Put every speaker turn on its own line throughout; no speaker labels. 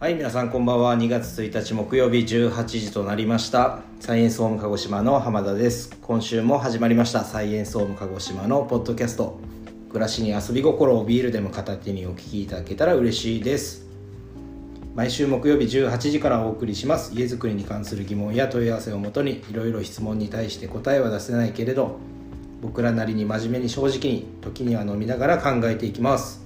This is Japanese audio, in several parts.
はい皆さんこんばんは2月1日木曜日18時となりましたサイエンスホーム鹿児島の浜田です今週も始まりましたサイエンスホーム鹿児島のポッドキャスト暮らしに遊び心をビールでも片手にお聞きいただけたら嬉しいです毎週木曜日18時からお送りします家づくりに関する疑問や問い合わせをもとにいろいろ質問に対して答えは出せないけれど僕らなりに真面目に正直に時には飲みながら考えていきます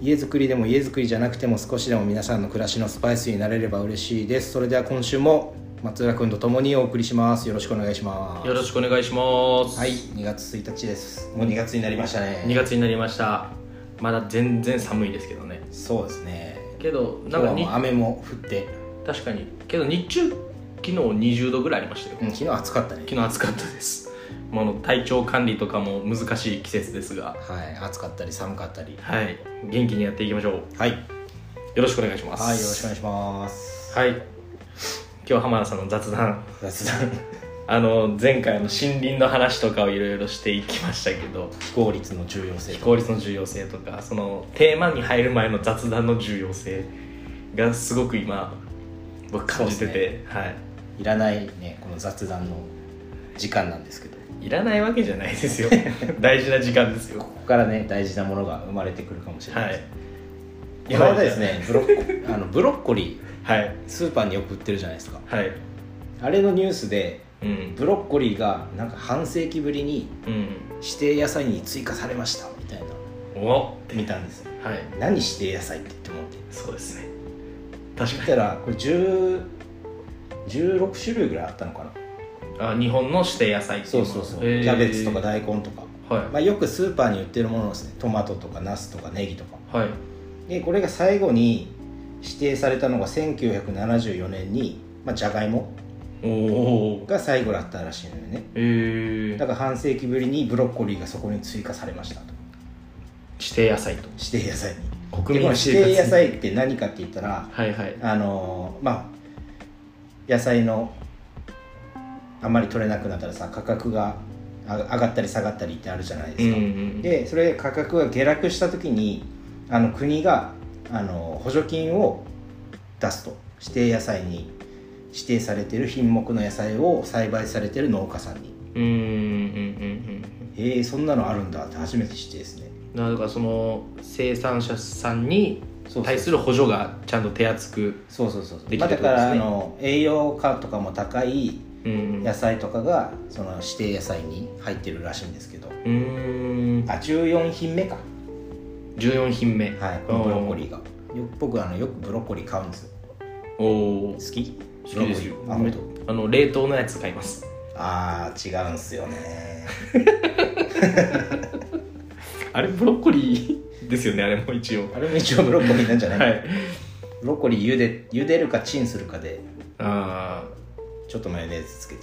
家づくりでも家づくりじゃなくても少しでも皆さんの暮らしのスパイスになれれば嬉しいですそれでは今週も松浦君と共にお送りしますよろしくお願いします
よろしくお願いします。
はい2月1日ですもう2月になりましたね
2月になりました。まだ全然寒いですけどね。
そうですね
けど、な
今
ん
日
か
はも
に
う、雨も降って、
確かに。けど、日中、昨日20度ぐらいありましたよ
う。ん、昨日暑かったね
昨日暑かったです。もうあの体調管理とかも難しい季節です
は
が、
い暑かったり寒かったり
はい。元気にやっていきましょう。
はいはいよ
よろしくお願いします。
ろしくお願いします
はい。今日、浜田さんの雑談。
雑談
あの、前回の森林の話とかをいろいろしていきましたけど、
非効率の重要性
非効率の重要性とかそのテーマに入る前の雑談の重要性がすごく今僕感じ
そ
て
うで
て、はい
らないねこの雑談の時間なんですけど
いいらないわけじゃないですよ 大事な時間ですよ
ここからね大事なものが生まれてくるかもしれない
はい
この間ですねブロッコ あのブロッコリー
はい
スーパーによく売ってるじゃないですか
はい
あれのニュースで
うん
ブロッコリーがなんか半世紀ぶりに
うん
指定野菜に追加されましたみたいな
おは
見たんですよ
い
何指定野菜って言って思って
そうですね確
見
か
たらこれ10 16種類ぐらいあったのかな
にあ日本の指定野菜ってい
そう
の
そうそうキ
へー
ャベツとか大根とか、
は
まあ、よくスーパーに売ってるものですねトマトとかナスとかネギとか
いはい
でこれが最後に指定されたのが1974年に、まあ、じゃがいも
おお
が最後だったらしいのよね
え
だから半世紀ぶりにブロッコリーがそこに追加されましたと
指定野菜と
指定野菜にで
国
こ
民
の
生
指
活に
定野菜って何かって言ったら
はいはい
あのーまあ野菜のあんまり取れなくなったらさ価格があ上がったり下がったりってあるじゃないですか、
ん
でそれ価格が下落した時にあの国があの補助金を出すと指定野菜に指定されてる品目の野菜を栽培されてる農家さんに
うんうんうんうん
えー、そんなのあるんだって初めて知ってですね
なだからその生産者さんに
そうそう
対する補助がちゃんと手厚く、
そうそうそうそう、
でき
ま
た
あ、
って
だ
こ
か
とですね
らあの栄養価とかも高い
うん
野菜とかがその指定野菜に入ってるらしいんですけど
うーん
あ14品目か
14品目
はいこのブロッコリーがよ僕あのよくブロッコリー買うんですよ
おお
好き
好きですよ
ブロッコリーあ本
あの冷凍のやつ買います
あー違うんすよね
あれブロッコリー ですよねあれも一応
あれも一応ブロッコリーなんじゃない、
はい
ブロッコリー茹で茹でるかチンするかで
あ
ちょっとマヨネーズつけて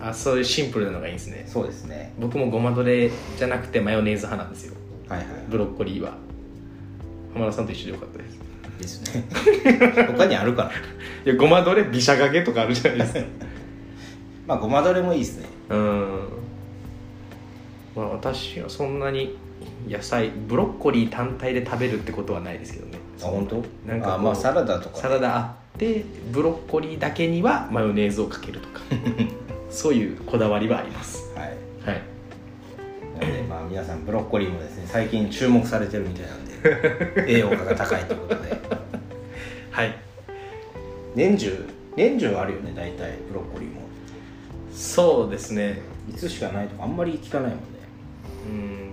ーあそういうシンプルなのがいいですね
そうですね
僕もごまドレじゃなくてマヨネーズ派なんですよ
はいは
ブロッコリーは浜田さんと一緒でよかったです
いですね 他にあるかない
やごまドレびしゃかけとかあるじゃないですか
まあごまだれもいいですね
うんまあ私はそんなに野菜ブロッコリー単体で食べるってことはないですけどね
あ本当
なんかこう
あまあサラダとか
サラダあってブロッコリーだけにはマヨネーズをかけると かそういうこだわりはあります
はい
はい
なのでまあ皆さんブロッコリーもですね最近注目されてるみたいなん で栄養価が高いということで
はい
年中年中あるよね大体ブロッコリーも
そうですね
いつしかないとかあんまり聞かないもんね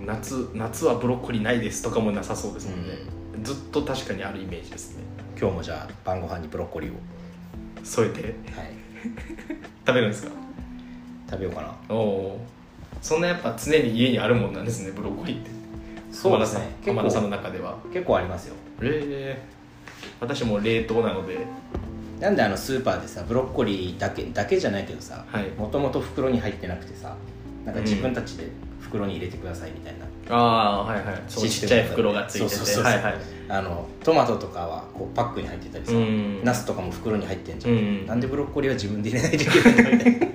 うん夏夏はブロッコリーないですとかもなさそうですもんね、ずっと確かにあるイメージですね
今日もじゃあ晩ご飯にブロッコリーを、
添えて
はい、
食べるんですか
食べようかな
おおそんなやっぱ常に家にあるもんなんですねブロッコリーって
そうですね
浜田さん浜田さんの
結
中では
構結構ありますよ
ええ私も冷凍なので
なんであのスーパーでさブロッコリーだけだけじゃないけどさ
はい
もともと袋に入ってなくてさなんか自分たちで袋に入れてくださいみたいな、
ああはいはいそう
シス
ち
テ
っち
ム
ゃい袋がついてて
そうそうそうそう
はいはい
あのトマトとかはこうパックに入ってたりさ、
ん
ナスとかも袋に入ってんじゃん、
うん
なんでブロッコリーは自分で入れないとい けないのみたいな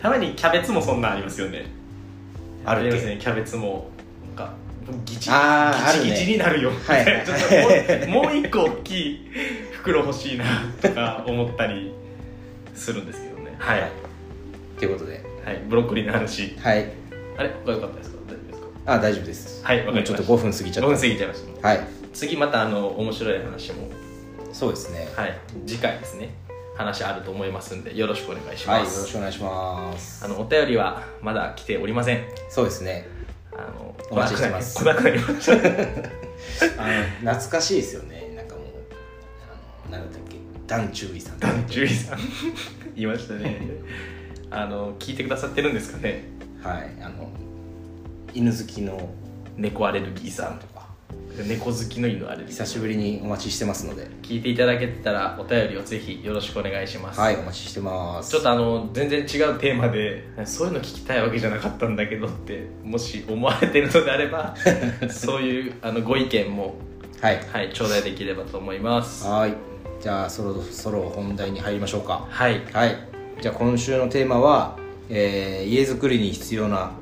たまにキャベツもそんなんありますよね
あるっけ
りますねキャベツもなんかギチ
あーある
ギ
ね
チギチにな るよみ
は
た
い
いな、ちょっともうもう一個大きい袋欲しいなとか思ったりするんですけどねはい、は
ということで
い、ブロッコリーの話
はい
あれ他良かったですか大丈夫ですか
あ大丈夫です
はいわかりました
もうちょっと5分過ぎちゃ
5
っ
分過ぎちゃいましたもう
たはい
次またあの面白い話も
そうですね
はい次回ですね話あると思いますんでよろしくお願いし
はい、
ま
よろし
す、
くお願いします
あのお便りはまだ来ておりません
そうですね
あの
お待ちしてます
来なくなりました
あの懐かしいですよねなんかもうあのなんだっけダン・チュウリさん
ダン・ジュイさん言いましたねあの聞いてくださってるんですかね
はいあの犬好きの
猫アレルギーさん
とか
猫好きの犬アレルギー
久しぶりにお待ちしてますので
聞いていただけてたらお便りをぜひよろしくお願いします、
はいお待ちしてます
ちょっとあの全然違うテーマでそういうの聞きたいわけじゃなかったんだけどってもし思われてるのであれ ばそういうあのご意見も、
はい
はい、頂戴できればと思います
はいじゃあそろそろ本題に入りましょうか
はい
はいじゃあ今週のテーマは、えー家づくりに必要な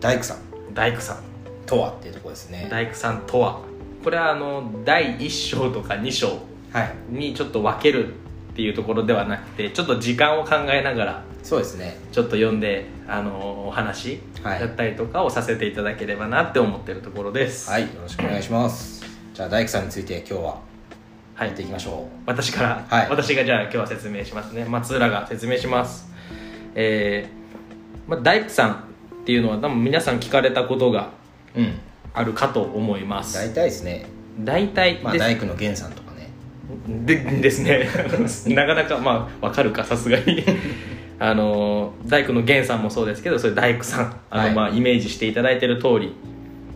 大工さん
大工さん
とはっていうところですね
大工さんとはこれはあの第1章とか2章
はい
にちょっと分けるっていうところではなくてちょっと時間を考えながら
そうですね
ちょっと読んであのお話
はい
だったりとかをさせていただければなって思ってるところです
はいよろしくお願いしますじゃあ大工さんについて今日は
は
やっていきましょ
私から、
はい
私がじゃあ今日は説明しますね松浦が説明しますえーまあ、大工さんっていうのは多分皆さん聞かれたことが
ううん
あるかと思います
大体ですね、
大体
まあ、
です
大工の源さんとかね
でですね なかなかまあわかるかさすがに あの大工の源さんもそうですけどそれ大工さんあの、
はい
まあ、イメージしていただいてる通り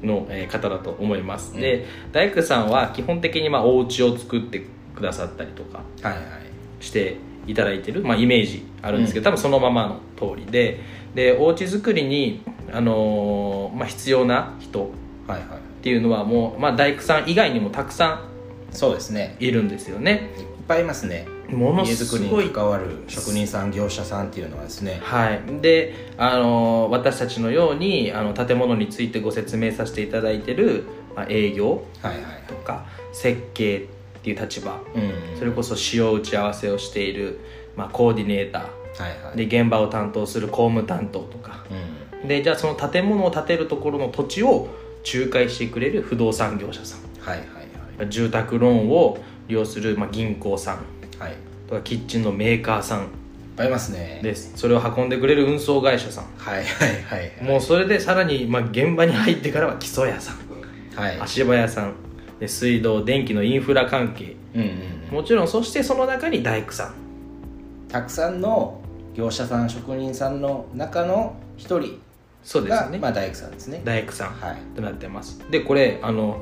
の、えー方だと思います、
うん
で大工さんは基本的に、まあ、お家を作ってくださったりとか
はいはい
していただいてる、まあ、イメージあるんですけど、多分そのままの通りででお家作りに、あのーまあ、必要な人
はいはい
っていうのはもう、まあ、大工さん以外にもたくさ
そうですね
んいるんですよね
いっぱいいますね
もの
家づ
す
くり
ごい
に関わる職人さん業者さんっていうのはですね
はい、であの私たちのようにあの建物についてご説明させていただいてる、まあ、営業
はいはいはい
とか設計っていう立場
うん
それこそ使用打ち合わせをしている、まあ、コーディネータ
はいは
ー
い
で現場を担当する工務担当とか
うん
でじゃあその建物を建てるところの土地を仲介してくれる不動産業者さ
はいはい
ん住宅ローンを利用する、まあ、銀行さん
はいはいいっ
とかキッチンのメーカーさん
ぱいいますね
ですそれを運んでくれる運送会社さん
はいはいはい
もうそれでさらに、まあ、現場に入ってからは基礎屋さん
はいはい
足場屋さんで水道電気のインフラ関係
うんうんう
もちろんそしてその中に大工さ
ん
ん
たくさんの業者さん職人さんの中の一人
そうです
が、
ね、
まあ、大工さんですね
大工さん
はい
となってますでこれあの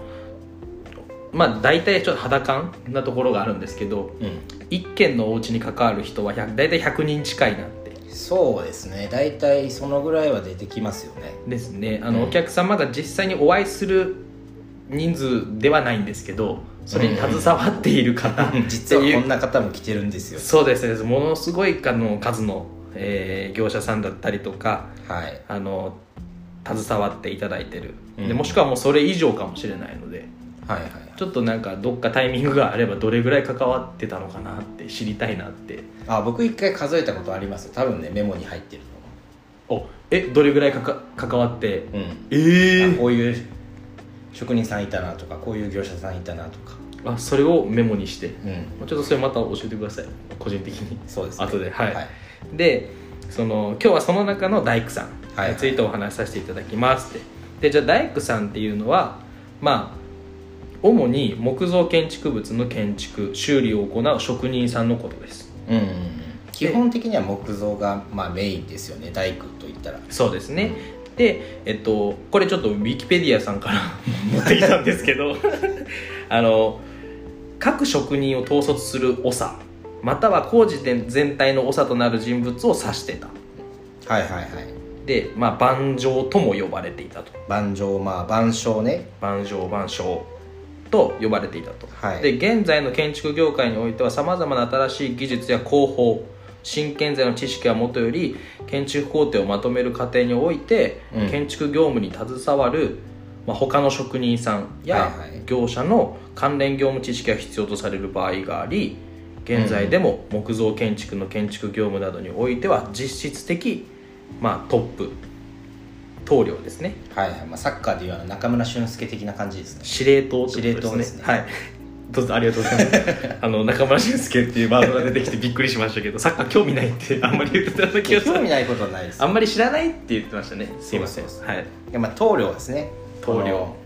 まあ大体ちょっと肌感なところがあるんですけど
うん
1軒のお家に関わる人は100大体100人近いなって
そうですね大体そのぐらいは出てきますよね
ですねあの、
うん
お客様が実際にお会いする人数ではないんですけどそれに携わっている方っていう、
実はこんな方も来てるんですよ
そうですねものすごいあの数の、えー業者さんだったりとか
はい
あの携わっていただいてる、
うん
でもしくはもうそれ以上かもしれないので
はいはい
ちょっとなんかどっかタイミングがあればどれぐらい関わってたのかなって知りたいなって
あ僕一回数えたことありますよ多分ねメモに入ってる
おえどれぐらいかか関わって
と思う、うん
ええ
あこういう職人さんいたなとかこういう業者さんいたなとか
あそれをメモにして
うん
まあちょっとそれまた教えてください個人的に
そうです
後ではい
はい
でその今日はその中の大工さんについてお話しさせていただきますって、でじゃあ大工さんっていうのはまあ主に木造建築物の建築修理を行う職人さんのことです
うんうんうん基本的には木造が、まあ、メインですよね大工といったら
そうですねでえっとこれちょっとウィキペディアさんから 持ってきたんですけど あの各職人を統率する長または工事で全体の長となる人物を指してた
はいはいはい
でまあ盤上とも呼ばれていたと
盤上まあ盤章ね
万象万象と呼ばれていたと、
はい
で現在の建築業界においてはさまざまな新しい技術や工法新建材の知識はもとより建築工程をまとめる過程において、
うん
建築業務に携わるまあ、他の職人さんや
はいはい
業者の関連業務知識が必要とされる場合があり現在でも木造建築の建築業務などにおいては実質的、まあ、トップ棟梁ですね
はいはい、まあ、サッカーでいうあの中村俊輔的な感じですね
司令塔ってこと
司令塔ですね
はいどうぞありがとうございます あの中村俊輔っていうワードが出てきてびっくりしましたけどサッカー興味ない ってあんまり言ってたような気がす
興味
る
ないことはないです
あんまり知らないって言ってましたねすいません
そうそう
はい
いやまあ棟梁ですね
棟梁
あの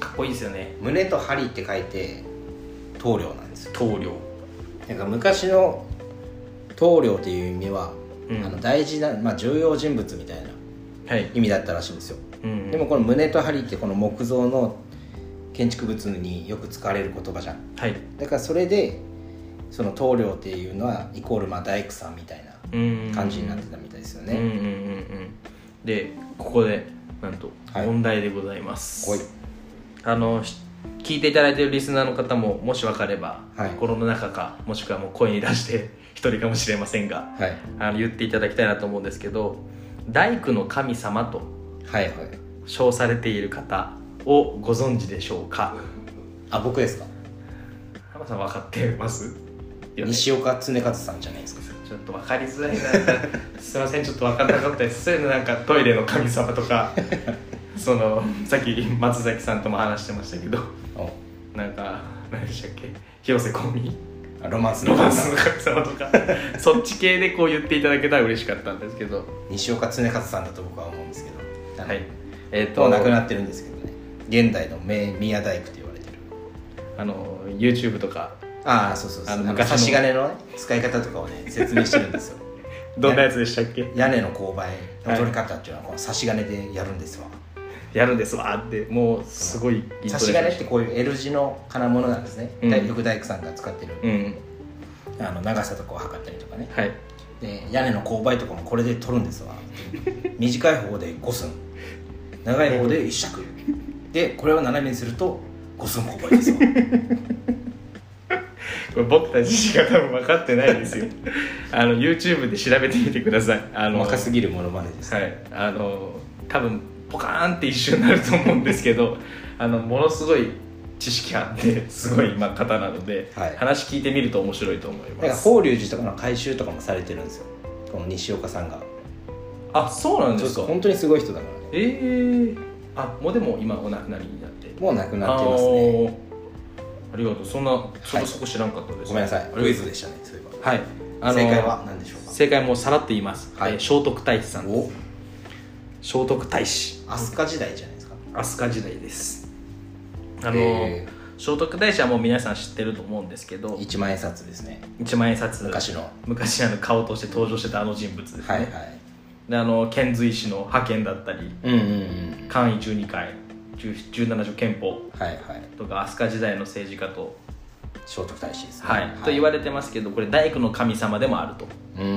かっこいいですよね
胸と針って書いて棟梁なんですよ
棟梁
なんか昔の棟梁っていう意味は、
うん
あの大事な、まあ、重要人物みたいな
はい、
意味だったらしいんですよ
うん、
でもこの胸と針ってこの木造の建築物によく使われる言葉じゃん
はい
だからそれでその棟梁っていうのはイコールまあ大工さんみたいな感
感
じになってたみたいですよ
うんうんうん
ね、
うんでここでなんと
はい
問題でございます、
はい
あのし聞いていただいているリスナーの方ももし分かれば、
はい
心の中かもしくはもう声に出して一人かもしれませんが
はい、
あの言っていただきたいなと思うんですけど大工の神様と
はいはい
称されている方をご存知でしょうか
あ僕ですか
浜さん分かってますよね
西岡恒和さんじゃないですか
ちょっと分かりづらいなすいませんちょっと分かんなかったですそういうのなんかトイレの神様とかそのさっき松崎さんとも話してましたけど
お
なんか何でしたっけ広瀬香美
あロマンス
ロ
の
マン
神様
スの神様とかそっち系でこう言っていただけたら嬉しかったんですけど
西岡恒和さんだと僕は思うんですけど
はいえっ、
と
と
亡くなってるんですけどね現代の名宮大工と言われてる
あの YouTube とか
ああそうそうそう
あ
あ
の
の
昔の
差し金のね使い方とかを ね説明してるんですよ
どんなやつでしたっけ、
屋根の勾配の取り方っていうのはこの差し金でやるんですわ
やるんですわーってもうすごいイントネーション
差し金ってこういう L 字の金物なんですね、
うん
大よく大工さんが使ってる、
うん
あの長さとかを測ったりとかね
はい
で屋根の勾配とかもこれで取るんです わ短い方で5寸長い方で1尺でこれを斜めにすると5寸勾配ですわ
これ僕たちしか多分分かってないで すよあの YouTube で調べてみてくださいあの
細かすぎるものまねです、
はいあの多分ポカーンって一瞬になると思うんですけど あのものすごい知識あってすごい今方なので、
はい
話聞いてみると面白いと思い
だから
ます
法隆寺とかの改修とかもされてるんですよこの西岡さんが
あそうなん
ち
で
ょっ
す
と
か
本当にすごい人だからね
えー、あもうでも今お亡くなりになって
もうなくな
あ
っていますね
ーありがとうそんなそこそこ知らんかったです、
ごめんなさい
ありがとう
クイズでしたねそういえば
はいあの
正解は何でしょうか
正解もうさらっと言います、
はい
えー聖徳太子さんです
お
聖徳太子
飛鳥時代じゃないですか
飛鳥時代ですあの、
え
聖徳太子はもう皆さん知ってると思うんですけど
ー、一万円札ですね
一万円札
昔のは
昔あの顔として登場してたあの人物ですね、
いはい
であの遣隋使の派遣だったり
うんうんうん
簡位12回10 17条憲法
はいはい
とか飛鳥時代の政治家と,、
聖徳太子ですね
はいと言われてますけどこれ大工の神様でもあると、
うー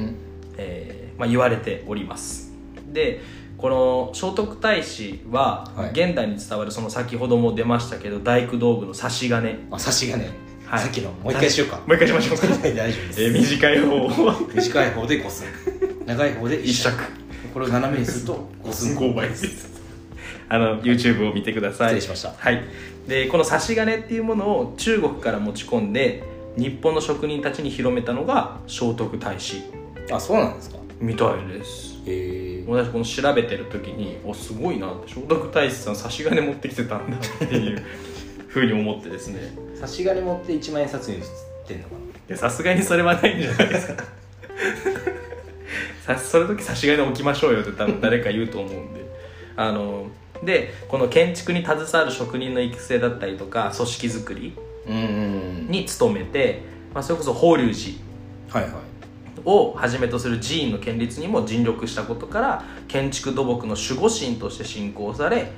ん
えーまあ、言われておりますでこの聖徳太子は
はい
現代に伝わるその先ほども出ましたけど大工道具の差し金
あ差し金、
はい
さっきのもう一回しようか
もう一回し ましょうか
大丈夫です、
えー短い方を
短い方で5寸長い方で1尺これを斜めにすると5寸
勾配 あの YouTube を見てください
失礼しました
はい、でこの差し金っていうものを中国から持ち込んで日本の職人たちに広めたのが聖徳太子
あそうなんですか
みたいです
へえ
私この調べてる時におすごいなって聖徳太子さん差し金持ってきてたんだっていうふうに思ってですね
差し金持って1万円札に移ってんのか
いやさすがにそれはないんじゃないですか さその時差し金置きましょうよって多分誰か言うと思うんであのでこの建築に携わる職人の育成だったりとか組織づくり
なうんうん
に努めて、まあ、それこそ法隆
はいはい
寺をはじめとする寺院の建立にも尽力したことから建築土木の守護神として信仰され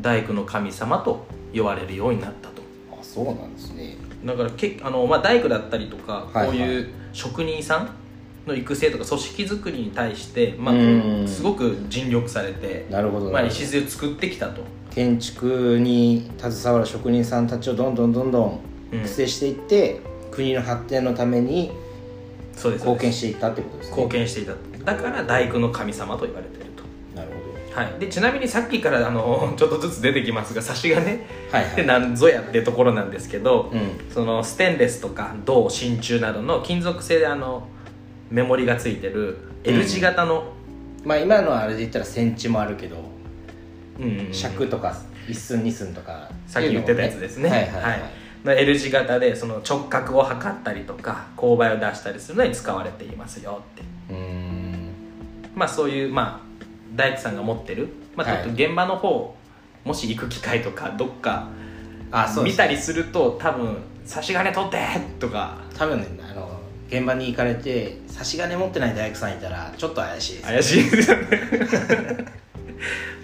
大工の神様と呼ばれるようになったと
あそうなんですね
だからけあの、まあ、大工だったりとか、
はいはい
こういう職人さんの育成とか組織づくりに対して、ま
うん
あ、すごく尽力されて、
なるほど
ま
な
あ、
るほど
礎を作ってきたと、
建築に携わる職人さんたちをどんどんどんどん
うん
育成していって、国の発展のために
そうですそ
貢
うで
献
す
していったってことですね
貢献していただから大工の神様と言われていると
なるほど
はい、でちなみにさっきからあの ちょっとずつ出てきますが差しがね
はい
でなんぞやってところなんですけど、
うん
そのステンレスとか銅真鍮などの金属製であのメモリがついてる L 字型の、
まあ今のはあれで言ったらセンチもあるけど
うん
尺とか1寸2寸とか
さっき言ってたやつですね
はいはいはい、
はいの L 字型でその直角を測ったりとか勾配を出したりするのに使われていますよって
うーん
まあそういう、まあ、大工さんが持ってる、まあ、
はい
ちょっと現場の方、もし行く機会とかどっか
あそうで
見
す
たりすると多分「差し金取って!」とか
多分ねあの現場に行かれて差し金持ってない大工さんいたらちょっと怪しいです
怪しい ですよね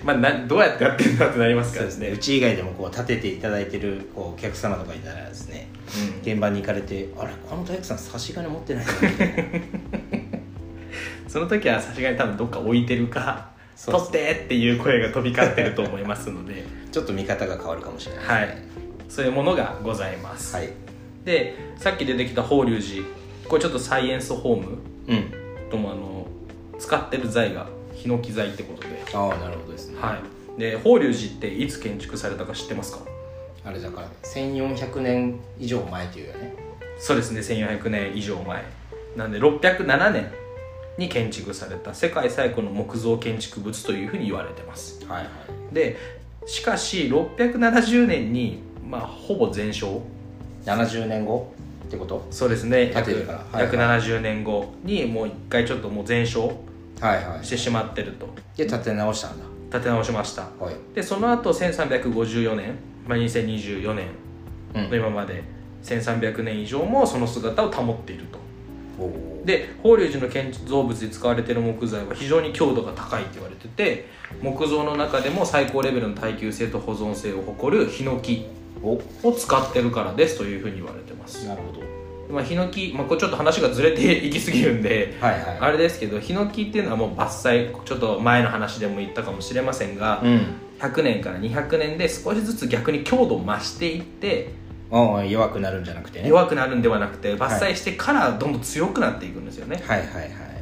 まあなどうやってやってるんだってなります
そ
か
う
ら
ですねうち以外でもこう立てていただいてるこうお客様とかいたらですね
うん
現場に行かれてあれこの大工さん差し金持ってない なみたいな
その時は差し金多分どっか置いてるか
そう
取
そう
ってっていう声が飛び交ってると思いますの で
ちょっと見方が変わるかもしれない
はいそういうものがございます、
はい
でさっき出てきた法隆寺これちょっとサイエンスホーム
うん
ともあの使ってる材がヒノキ材ってことで
ああなるほどですね
はいで法隆寺っていつ建築されたか知ってますか
あれだから1400年以上前というよね
そうですね1400年以上前なんで607年に建築された世界最古の木造建築物というふうに言われてます
はいはい
でしかし670年にまあほぼ全焼
70年後ってこと
そうですね
建て
約
るからはいはい
約70年後にもう一回ちょっともう全焼
はいはい
してしまってると
で立て直したんだ
建て直しました
はい
でその後1354年、まあ、2024年
うん
の今まで1300年以上もその姿を保っていると
おお
で法隆寺の建造物で使われている木材は非常に強度が高いと言われてて木造の中でも最高レベルの耐久性と保存性を誇るヒノキ
お
を使ってるからですというふうに言われてます、
なるほど
まあ、ヒノキ、まあ、これちょっと話がずれていきすぎるんで
はいはい
あれですけどヒノキっていうのはもう伐採ちょっと前の話でも言ったかもしれませんが、
うん
100年から200年で少しずつ逆に強度を増していって
ああ弱くなるんじゃなくてね
弱くなるんではなくて伐採してからどんどん強くなっていくんですよね、
はいはいはい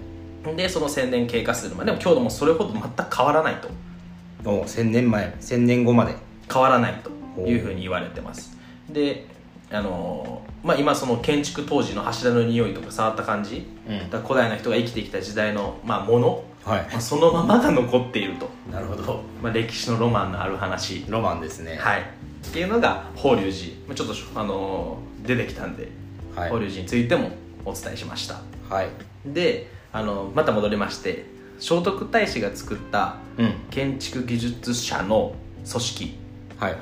でその1000年経過するまででも強度もそれほど全く変わらないと
おお1000年前1000年後まで
変わらないというふうに言われてますであのーまあ今その建築当時の柱の匂いとか触った感じ
うん
だから古代の人が生きてきた時代の、まあ、もの、
は
まあそのままが残っていると、
いなるほど
まあ、歴史のロマンのある話
ロマンですね
はい、っていうのが法隆寺まあちょっと、あのー出てきたんで、
はい
法隆寺についてもお伝えしました
はい
で、あのーまた戻りまして聖徳太子が作った
うん
建築技術者の組織
はいはい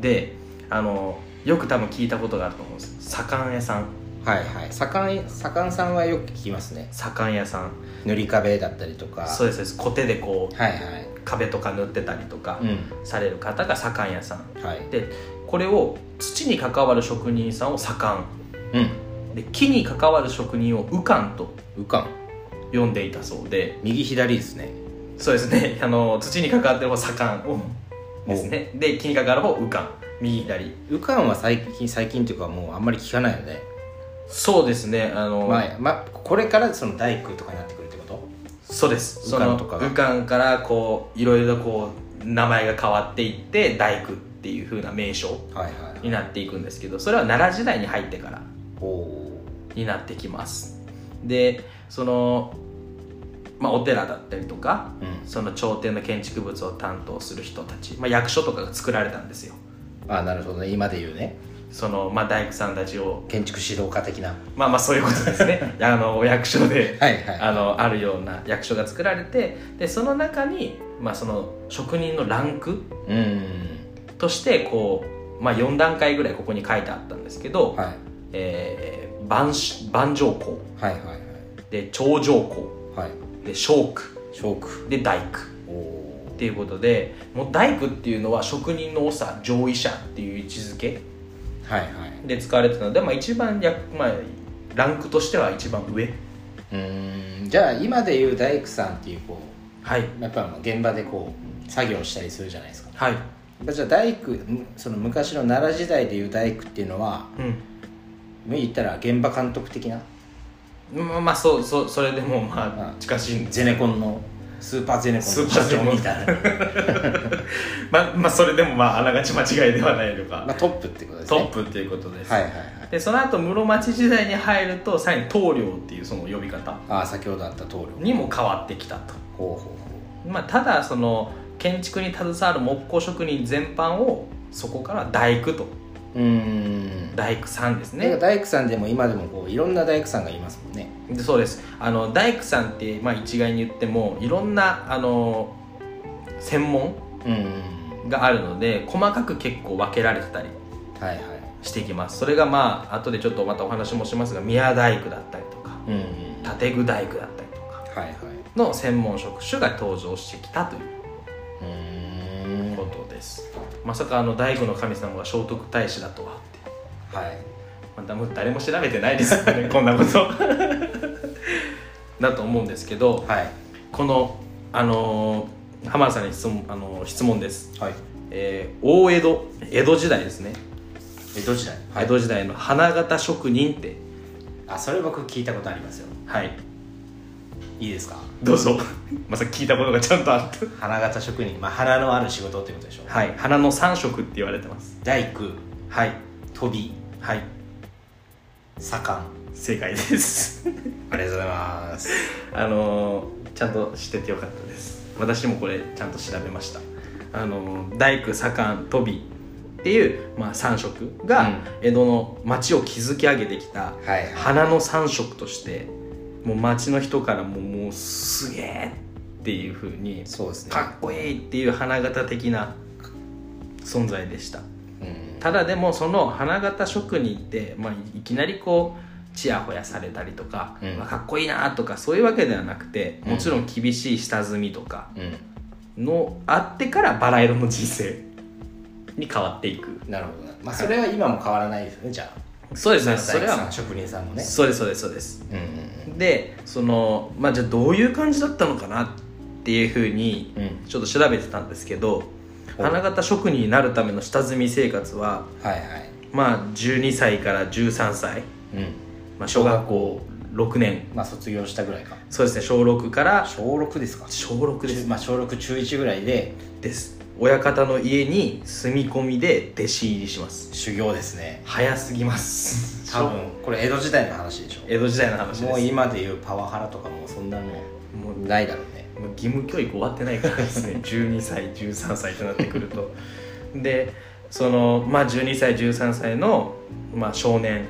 で、あのーよく多分聞いたことがあると思うんです左官屋さん
はいはい左官左官さんはよく聞きますね
左官屋さん
塗り壁だったりとか
そうですそうですコテでこう
はいはい
壁とか塗ってたりとか
うん
される方が左官屋さん
はい
でこれを土に関わる職人さんを左官
うん
で木に関わる職人を右官と
うかん
呼んでいたそうで
右左ですね
そうですね あの土に関わってる方左官をですねで木に関わる方右官右左
うかんは最近最近というかもうあんまり聞かないよね
そうですねあの、
まあ、まあ、これからその大工とかになってくるってこと
そうです
右官とか
その右官からこういろいろとこう名前が変わっていって大工っていう風な名称
はいは
になっていくんですけどそれは奈良時代に入ってから
おお
になってきますでその、まあ、お寺だったりとか
うん
その朝廷の建築物を担当する人たち、まあ、役所とかが作られたんですよ
あなるほどね今で言うね
その、まあ、大工さんたちを
建築指導家的な
まあまあそういうことです ねあのお役所で
はいはい
あのあるような役所が作られてでその中に、まあ、その職人のランク
うん
としてこう、まあ、4段階ぐらいここに書いてあったんですけど、
はい
えー万し万丈工
はいはいはい
で長丈工
はい
で小工
ショーク
で大工
おお
っていうことでもう大工っていうのは職人の長上位者っていう位置づけ
はいはい
で使われてたので、まあ、一番略、まあ、ランクとしては一番上
うーんじゃあ今で言う大工さんっていうこ
はいう
やっぱまあ現場でこう作業したりするじゃないですか
はい
じゃあ大工むその昔の奈良時代でいう大工っていうのは
う
言ったら現場監督的なん
まあまあそうそうそれでもま
う
あ近しいんです
ゼネコンのスーパーゼネコン
スーパーゼネコン
みたいな、
まあまあそれでもまああながち間違いではないと
まあ、
か
トップってことです
トッ
ね
プっていうことです、
はいはいはい
でその後室町時代に入るとさらに棟梁っていうその呼び方
ああ先ほどあった棟梁
にも変わってきたと、
ほうほ
まあ、ただその建築に携わる木工職人全般をそこから大工と
うほううーん
大工さんです
ね、なん
ね
か大工さんでも今でもこういろんな大工さんがいますもんね
でそうですあの大工さんって、まあ、一概に言ってもいろんなあの専門
うんうん
があるので細かく結構分けられてたり
はいはい
していきますそれがまあ後でちょっとまたお話もしますが宮大工だったりとか
うんうん
建具大工だったりとか
はいはい
の専門職種が登場してきたという
うーん
こ
は
とですまさかあの大工の神様が聖徳太子だとはっ
い
てまたもう誰も調べてないですよねこんなこと だと思うんですけど
はい
このあのー浜田さんに質問,、あのー質問です、
はい
えー大江戸江戸時代ですね、
江戸時代
江戸時代の花形職人って
あそれ僕聞いたことありますよ
はい
いいですか
どうぞまさか聞いたことがちゃんとあっ
花形職人まあ花のある仕事ってことでしょ
たはい花の三色って言われてます
大工
はい
飛び
はい
左官
正解です
ありがとうございます
あのーちゃんと知っててよかったです私もこれちゃんと調べましたあのー大工左官飛びっていう、まあ、三色
う
が
ん
江戸の町を築き上げてきた
はいはい
花の三色としてもう町の人からももうすげえっていうふうに
そうですね
かっこいいっていう花形的な存在でした
うん
ただでもその花形職人って、まあ、いきなりこうちやほやされたりとか、
うん
まあかっこいいなとかそういうわけではなくてもちろん厳しい下積みとか
う
のあってからバラ色の人生に変わっていく
んなるほどなまあそれは今も変わらないですよねじゃ
そうで
あ
すねそれ
大工さ
は
ん職人さんもね
そうですそうですそうです
うん
でそのまあじゃあどういう感じだったのかなっていうふうに
うんうん
ちょっと調べてたんですけど
お
花形職人になるための下積み生活は
はいはい
まあ12歳から13歳、
うん
まあ、小学校6年
まあ卒業したぐらいか
そうですね小6から
小6ですか
小6です
まあ小6中1ぐらいで
です親方の家に住み込みで弟子入りします
修行ですね
早すぎます
多分これ江戸時代の話でし
江戸時代の話
ょもう
です
今でいうパワハラとかもうそんなも
もう
うないだろうね
もう義務教育終わってないから ですね12歳13歳となってくると でそのまあ12歳13歳の、まあ、少年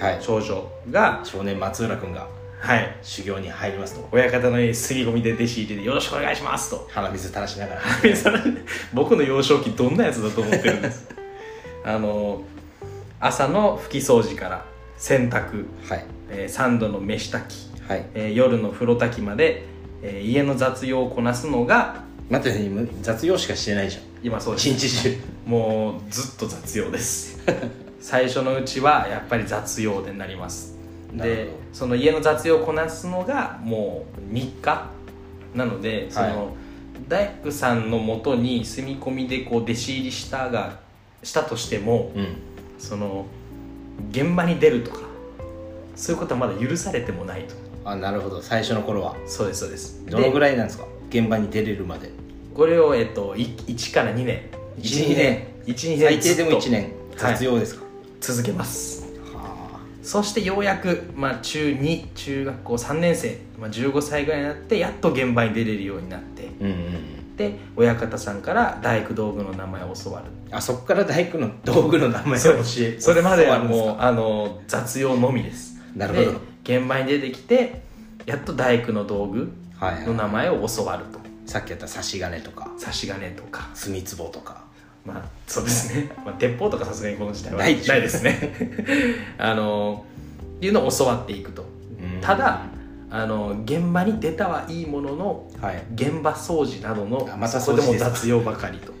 はい
少女が
少年松浦君が
はい
修行に入りますと
親方の家に住み込みで弟子入りでよろしくお願いしますと
鼻水垂らしながら
それ僕の幼少期どんなやつだと思ってるんですあの朝の拭き掃除から洗濯、
はい
えー、3度の飯炊き、
はい
えー夜の風呂炊きまで、えー家の雑用をこなすのが
待って今雑用しかしてないじゃん
今そうです
一日中
もうずっと雑用です 最初のうちはやっぱり雑用でなります
なるほ
で
ど
その家の雑用をこなすのがもう3日なのでその、
はい
大工さんのもとに住み込みでこう弟子入りしたがしたとしても
うん
その現場に出るとかそういうことはまだ許されてもないと
あなるほど最初の頃は
そうですそうです
どのぐ
い
らいなんですか現場に出れるまで
これを、えっと、1から2年
一
12
二年
1年
最低でも
ず
1
っと
年雑用ですか
続けます
は
そしてようやく、まあ、中2中学校3年生、まあ、15歳ぐらいになってやっと現場に出れるようになって
あうんうんうん
で親方さんから大工道具の名前を教わる
あそこから大工の道具の名前 を教え
それまでは
教わる
も
ん
う
すか
あの雑用のみです
なるほど
で現場に出てきてやっと大工の道具
はいはい
の名前を教わると
さっきやった差し金とか
差し金とか
墨壺とか
まあそうですね、まあ、鉄砲とかさすがにこの時代は
ないでしょ
ですね あのっていうのを教わっていくと
うん
ただあの現場に出たはいいものの
はい
現場掃除などの
あまた
そ
掃除で
こですも雑用ばかりと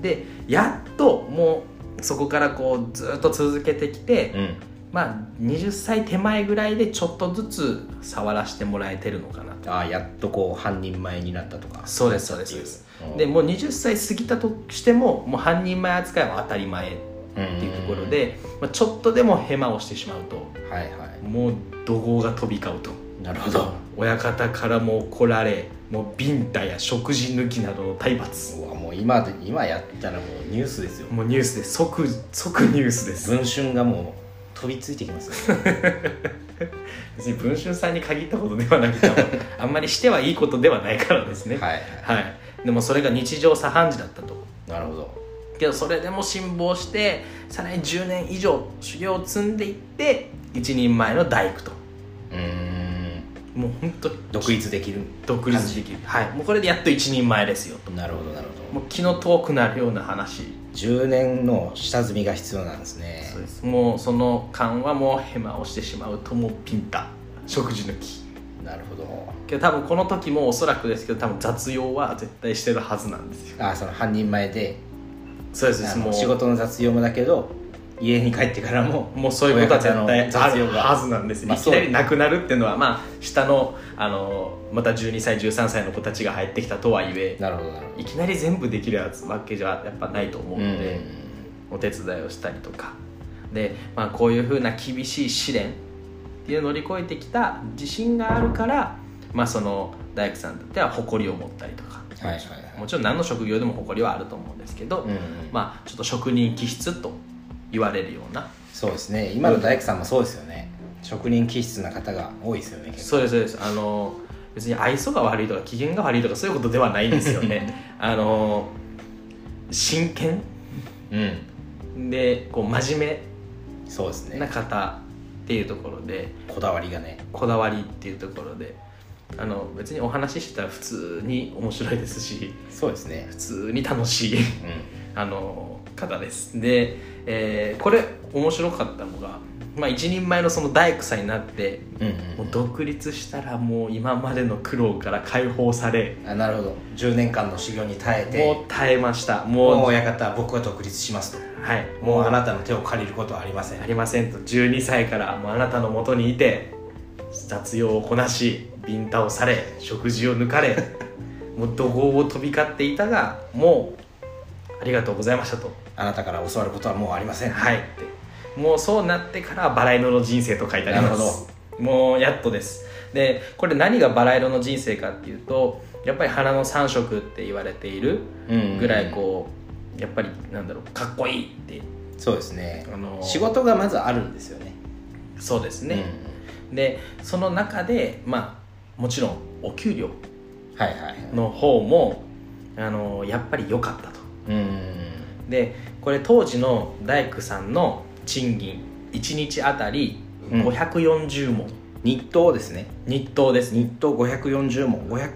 でやっともうそこからこうずっと続けてきて、
うん
まあ20歳手前ぐらいでちょっとずつ触らせてもらえてるのかなと
あやっとこう半人前になったとか
そうですそうですそうです
うん
でもう20歳過ぎたとしてももう半人前扱いは当たり前っ
うんうんうん
ていうところで、まあ、ちょっとでもヘマをしてしまうと
はいは
もう怒号が飛び交うと
いなるほど
親方からも怒られもうビンタや食事抜きなどの体罰
うわもう今で今やったらもうニュースですよ
もうニュースで即即ニュースです
文春がもう飛びついてきますよ
別に文春さんに限ったことではなくてあんまりしてはいいことではないからですね
はいはい
はい、でもそれが日常茶飯事だったと
なるほど
けどそれでも辛抱してさらに10年以上修行を積んでいって一人前の大工と
うーん
もう本当に
独立できる
独立できるはいもうこれでやっと一人前ですよと
なるほどなるほ
もう気の遠くなるような話
ど10年の下積みが必要なんですね
そうですもうその間はもうヘマをしてしまうともうピンタ食事抜き
なるほど
けど多分この時もおそらくですけど多分雑用は絶対してるはずなんですよ
あその半人前で
そうです
あ
も
の
う
仕事の雑用もだけど家に帰ってからも
もうそういうことは絶
親方の
対あ
雑
る
用が
はずなんです、
まあ
いきなりなくなるっていうのは、まあ、下のあのまた12歳13歳の子たちが入ってきたとはいえ
なるほどなるほど
いきなり全部できるやつわけじゃやっぱないと思う
う
の
ん
で、お手伝いをしたりとかで、まあ、こういうふうな厳しい試練っていうのを乗り越えてきた自信があるから、まあ、その大工さんにとっては誇りを持ったりとか
はいはい
もちろん何の職業でも誇りはあると思うんですけど、
はい、うん
まあ、ちょっと職人気質と言われるような。
そうですね今の大工さんもそうですよね職人気質な方が多いですよね結構
そうですそうですあの別に愛想が悪いとか機嫌が悪いとかそういうことではないんですよねあの真剣
うん
でこう真面
そうです
目な
ね
方っていうところで
こだわりがね
こだわりっていうところであの別にお話ししてたら普通に面白いですし
そうですね
普通に楽しい
うん
あの方ですで、えーこれ面白かったのが、まあ、一人前のその大工さんになって
うんう
もうん独立したらもう今までの苦労から解放され
あなるほど10年間の修行に耐えて
もう耐えましたもう
もう親方僕は独立しますと
はい
もうあ
な
なたの手を借りることはありません
ありませんと12歳からもうあなたの元にいて雑用をこなしビンタをされ食事を抜かれもう怒号を飛び交っていたがもうありがとうございましたと
あなたから教わることはもうありません
はいってもうそうなってからバラ色の人生と書いてありま
なる
すもうやっとですでこれ何がバラ色の人生かっていうとやっぱり花の3色って言われている
うん
ぐらいこうやっぱりなんだろうかっこいいって
そうですね
あの
仕事がまずあるんですよね
そうですね、
う
でその中でまあもちろんお給料
んはいはいはい
の方もあのやっぱり良かったと
うん
でこれ当時の大工さんの賃金1日あたり
うん
540問、
日当ですね
日当です
日当540問500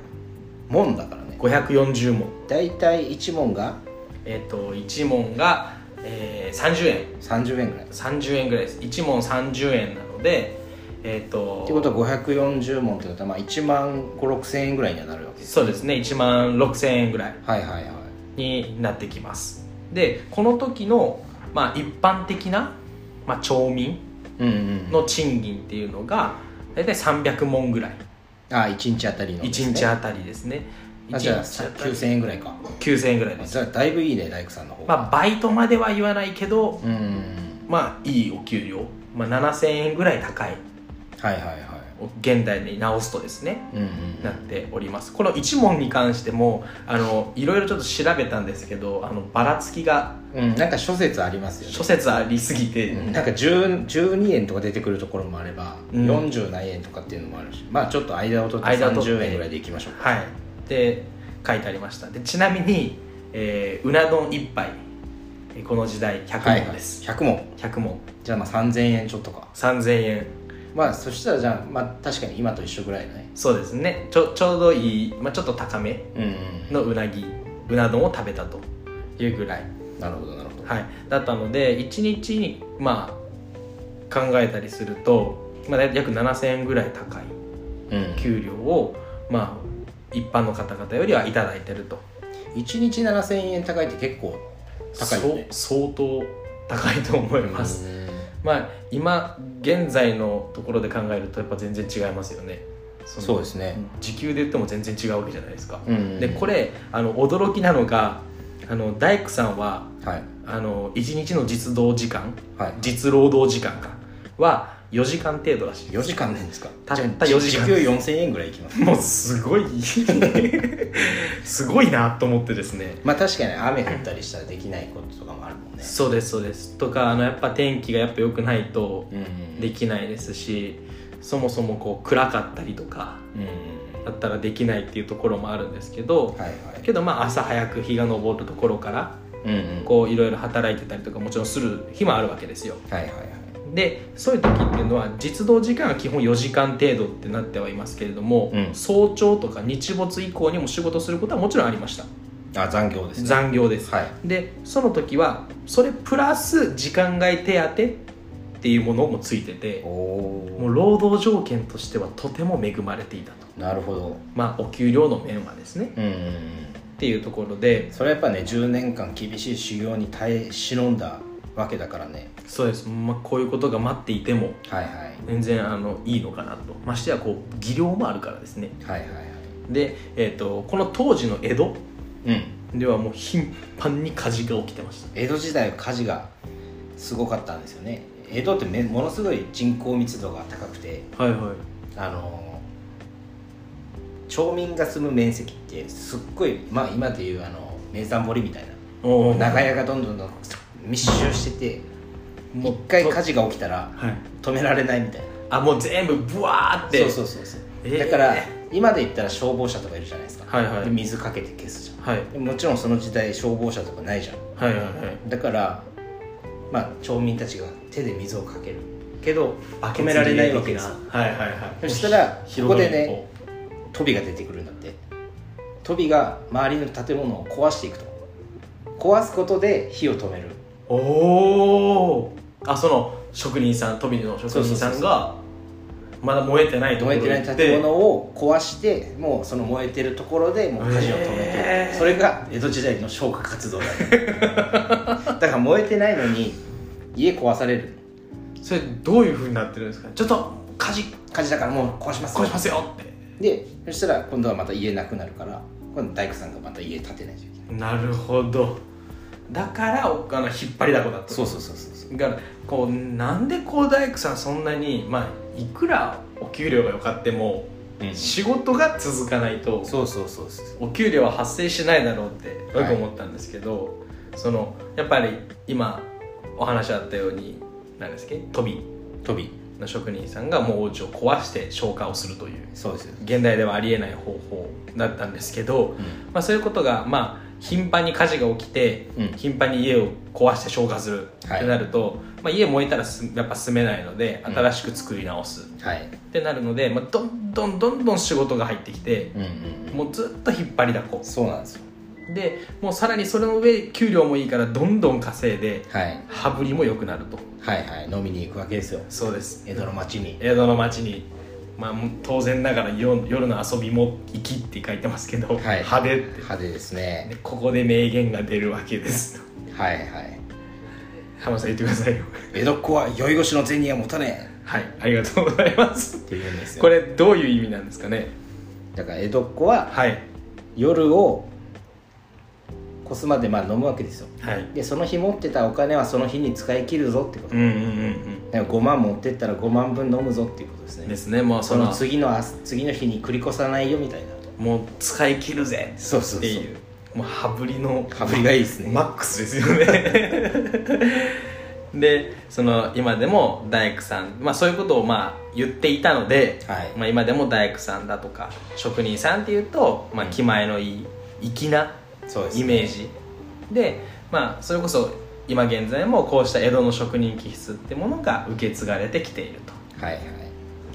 問だからね
540問
大体1問が
えっ、と1問が、えー30円
30円ぐらいっ
30円ぐらいです1問30円なのでえっ、と
てことは540問ってことはまあ1万5 6千円ぐらいにはなるわけです
そうですね1万6000円ぐらい
はいはいはい
になってきますでこの時の、まあ、一般的な、まあ、町民
うんうん
の賃金っていうのが大体300問ぐらい
あ1日あたりのです
1
ね
日あたりですね
あじゃあ
一日たり
9000円ぐらいか
9000円ぐらいです
じゃあだいぶいいね大工さんの方が
まあバイトまでは言わないけど
うん
まあいいお給料、まあ、7000円ぐらい高い
はいはいはい
現代に直すとですね
うんうん
なっておりますこの1問に関してもあのいろいろちょっと調べたんですけどあのばらつきが
うん、なんか諸説ありますよね
諸説ありすぎて、
うんなんか10 12円とか出てくるところもあれば、
うん
40何円とかっていうのもあるしまあちょっと間を取って
間を取って
30円ぐらいでいきましょうか
はいで書いてありましたでちなみに、えーうな丼1杯えーこの時代100問です、
100問
100問
じゃあまあ3000円ちょっとか
3000円
まあそしたらじゃあまあ確かに今と一緒ぐらいだね
そうですねちょちょうどいい、まあ、ちょっと高め
うん、
のうなぎうな丼を食べたというぐらい、
なるほどなるほど
はい、だったので1日にまあ考えたりすると、まあ、大体約7000円ぐらい高い
うん
給料をまあ一般の方々よりはいただいてると
1日7000円高いって結構高いよね
そう相当高いと思います、
うん
まあ今現在のところで考えるとやっぱ全然違いますよねその
そうですね
時給で言っても全然違うわけじゃないですか、
うん
でこれあの驚きなのがあの大工さんは
はい
あの1日の実働時間
はい
実労働時間かは4時間程度らしい
4時間なんですか
たった
じゃあ
4時間
時給4000円ぐらいいきます
もうすごい すごいなと思ってですね
まあ確かに雨降ったりしたらできないこととかもあるもんね
そうですそうですとかあのやっぱ天気がやっぱ良くないと
うんうん
できないですしそもそもこう暗かったりとか
うんうん
だったらできないっていうところもあるんですけど、
はいはい
けどまあ朝早く日が昇るところから
うんうん
こういろいろ働いてたりとかもちろんする日もあるわけですよ
はいはいはい
でそういう時っていうのは実動時間は基本4時間程度ってなってはいますけれども、
うん
早朝とか日没以降にも仕事することはもちろんありました
あ残業ですね
残業です、
はい
でその時はそれプラス時間外手当っていうものもついてて
お
も
お
う労働条件としてはとても恵まれていたと
なるほど
まあお給料の面はですね
うんうんうん
っていうところで
それはやっぱね10年間厳しい修行に耐え忍んだわけだからね
そうです、まあ、こういうことが待っていても
はいはい
全然あのいいのかなとましてやこう技量もあるからですね
はいはいはい
で、えー、とこの当時の江戸
うん
ではもう頻繁に火事が起きてました
江戸時代は火事がすごかったんですよね江戸ってめものすごい人口密度が高くて
はいはい
あの町民が住む面積ってすっごい、まあ、今でいうあの名産堀みたい
お
な
ー
長屋がどんどんどんどん密集してて
もう
一回火事が起きたら
はい
止められないみたいな
あもう全部ブワーって
そうそうそうそう、
えー
だから今で言ったら消防車とかいるじゃないですか、
はいはい
で水かけて消すじ
はい
ゃんでもちろんその時代消防車とかないじゃん
はいはいはい
だからまあ町民たちが手で水をかけるけど
バ
止められないわけですよ
はいはいはい
そしたらここでね
広
飛びが出てくるんだって飛びが周りの建物を壊していくと壊すことで火を止める
々におおあその職人さん飛びの職人さ
そうそうそ
ん
う
がまだ燃えてないとこ
燃
ろ
えてない建物を壊してもうその燃えてるところでもう火事を止めて、
へー
それが江戸時代の消火活動だった だから燃えてないのに家壊される
それどういうふうになってるんですかちょっと火事
火事だからもう壊します
壊しますよって
でそしたら今度はまた家なくなるから今度大工さんがまた家建てないといけない
なるほどだからおあの引っ張りだこだった
そうそうそうそうそう
だからこうなんでこう大工さんそんなにまあいくらお給料が良かっても
うん
仕事が続かないと
そうそうそうそう
お給料は発生しないだろうって
はい
僕思ったんですけど、そのやっぱり今お話あったように何ですっけ飛び
飛び
の職人さんがもうお家を壊して消火をするという
そうですよ、
現代ではありえない方法だったんですけど、まあ、そういうことがまあ頻繁に火事が起きて、
うん
頻繁に家を壊して消火するっ
はい
てなると、まあ、家燃えたらすやっぱ住めないので
うん
新しく作り直す
はい
ってなるので、まあ、どんどんどんどん仕事が入ってきて、
うんうん
もうずっと引っ張りだこ
そうなんですよ
でもうさらにそれの上給料もいいからどんどん稼いで
はい
羽振りも良くなると
はいはい飲みに行くわけですよ
そうです
江戸の町に
江戸の町に、まあ、もう当然ながら夜夜の遊びも「粋」って書いてますけど、
はい
派手って
派手ですね
でここで名言が出るわけです
はいはい
浜田さん言ってくださいよ
江戸っ子は酔い腰の銭は持たね
はいありがとうございま
え
す
って言うんですよ
これどういう意味なんですかね
だから江戸っ子は
はい
夜を越すまでまあ飲むわけですよ
はい
でその日持ってたお金はその日に使い切るぞってこと
うんうんうん
だから5万持ってったら5万分飲むぞっていうことです
う
ね
んですねもうそ
その
の
次のあ次の日に繰り越さないよみたいな
もう使い切るぜ
そうそうそう
っていうもう羽振りの
羽振りがいいですね
マックスですよねでその今でも大工さん、まあ、そういうことをまあ言っていたので、
はい
まあ、今でも大工さんだとか職人さんっていうと、まあ、気前のいい粋な
そうです
イメージで、まあ、それこそ今現在もこうした江戸の職人気質ってものが受け継がれてきていると
はいはい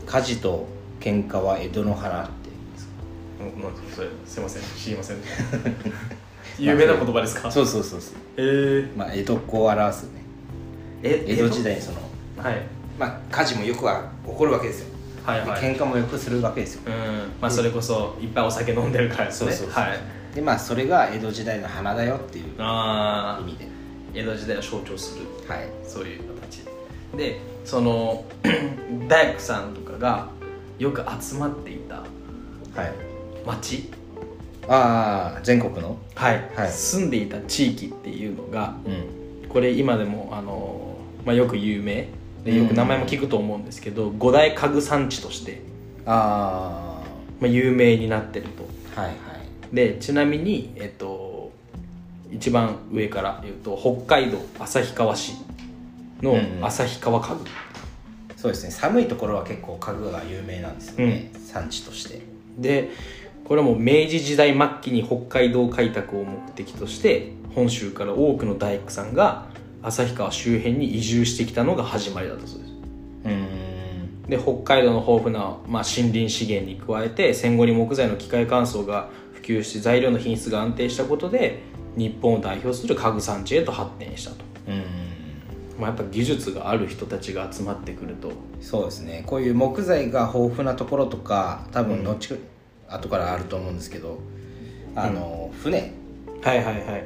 火事と喧嘩は江戸の花って言うんです
すいません知りませ ん
有名な言
葉ですか
そうそうそうそう
えー、
まあ江戸っ子を表すね
え
江戸時代にその
はい
まあ火事もよくは起こるわけですよ
はい
で
はい
喧嘩もよくするわけですよ
うんまあそれこそいっぱいお酒飲んでるからですね
そうそうそう
はい
でまあそれが江戸時代の花だよっていう
あ
意
あ
味で
江戸時代を象徴する
はい
そういう形でその 大工さんとかがよく集まっていた
はい
町
ああ全国の
はい、
はい
住んでいた地域っていうのが
うん
これ今でもあの、まあ、よく有名でよく名前も聞くと思うんですけど、五大家具産地として、
あ
まあ、有名になってると
あはいはい
でちなみにえっと一番上から言うと北海道旭川市の
うんうん
旭川家具、
そうですね寒いところは結構家具が有名なんですよね、産地として
でこれも明治時代末期に北海道開拓を目的として本州から多くの大工さんが旭川周辺に移住してきたのが始まりだったそうです
うーん
で北海道の豊富な、まあ、森林資源に加えて戦後に木材の機械乾燥が普及して材料の品質が安定したことで日本を代表する家具産地へと発展したと、
うー
まあ、やっぱ技術がある人たちが集まってくると
んそうですねこういう木材が豊富なところとか多分後、後からあると思うんですけどあの、船
はいはいはい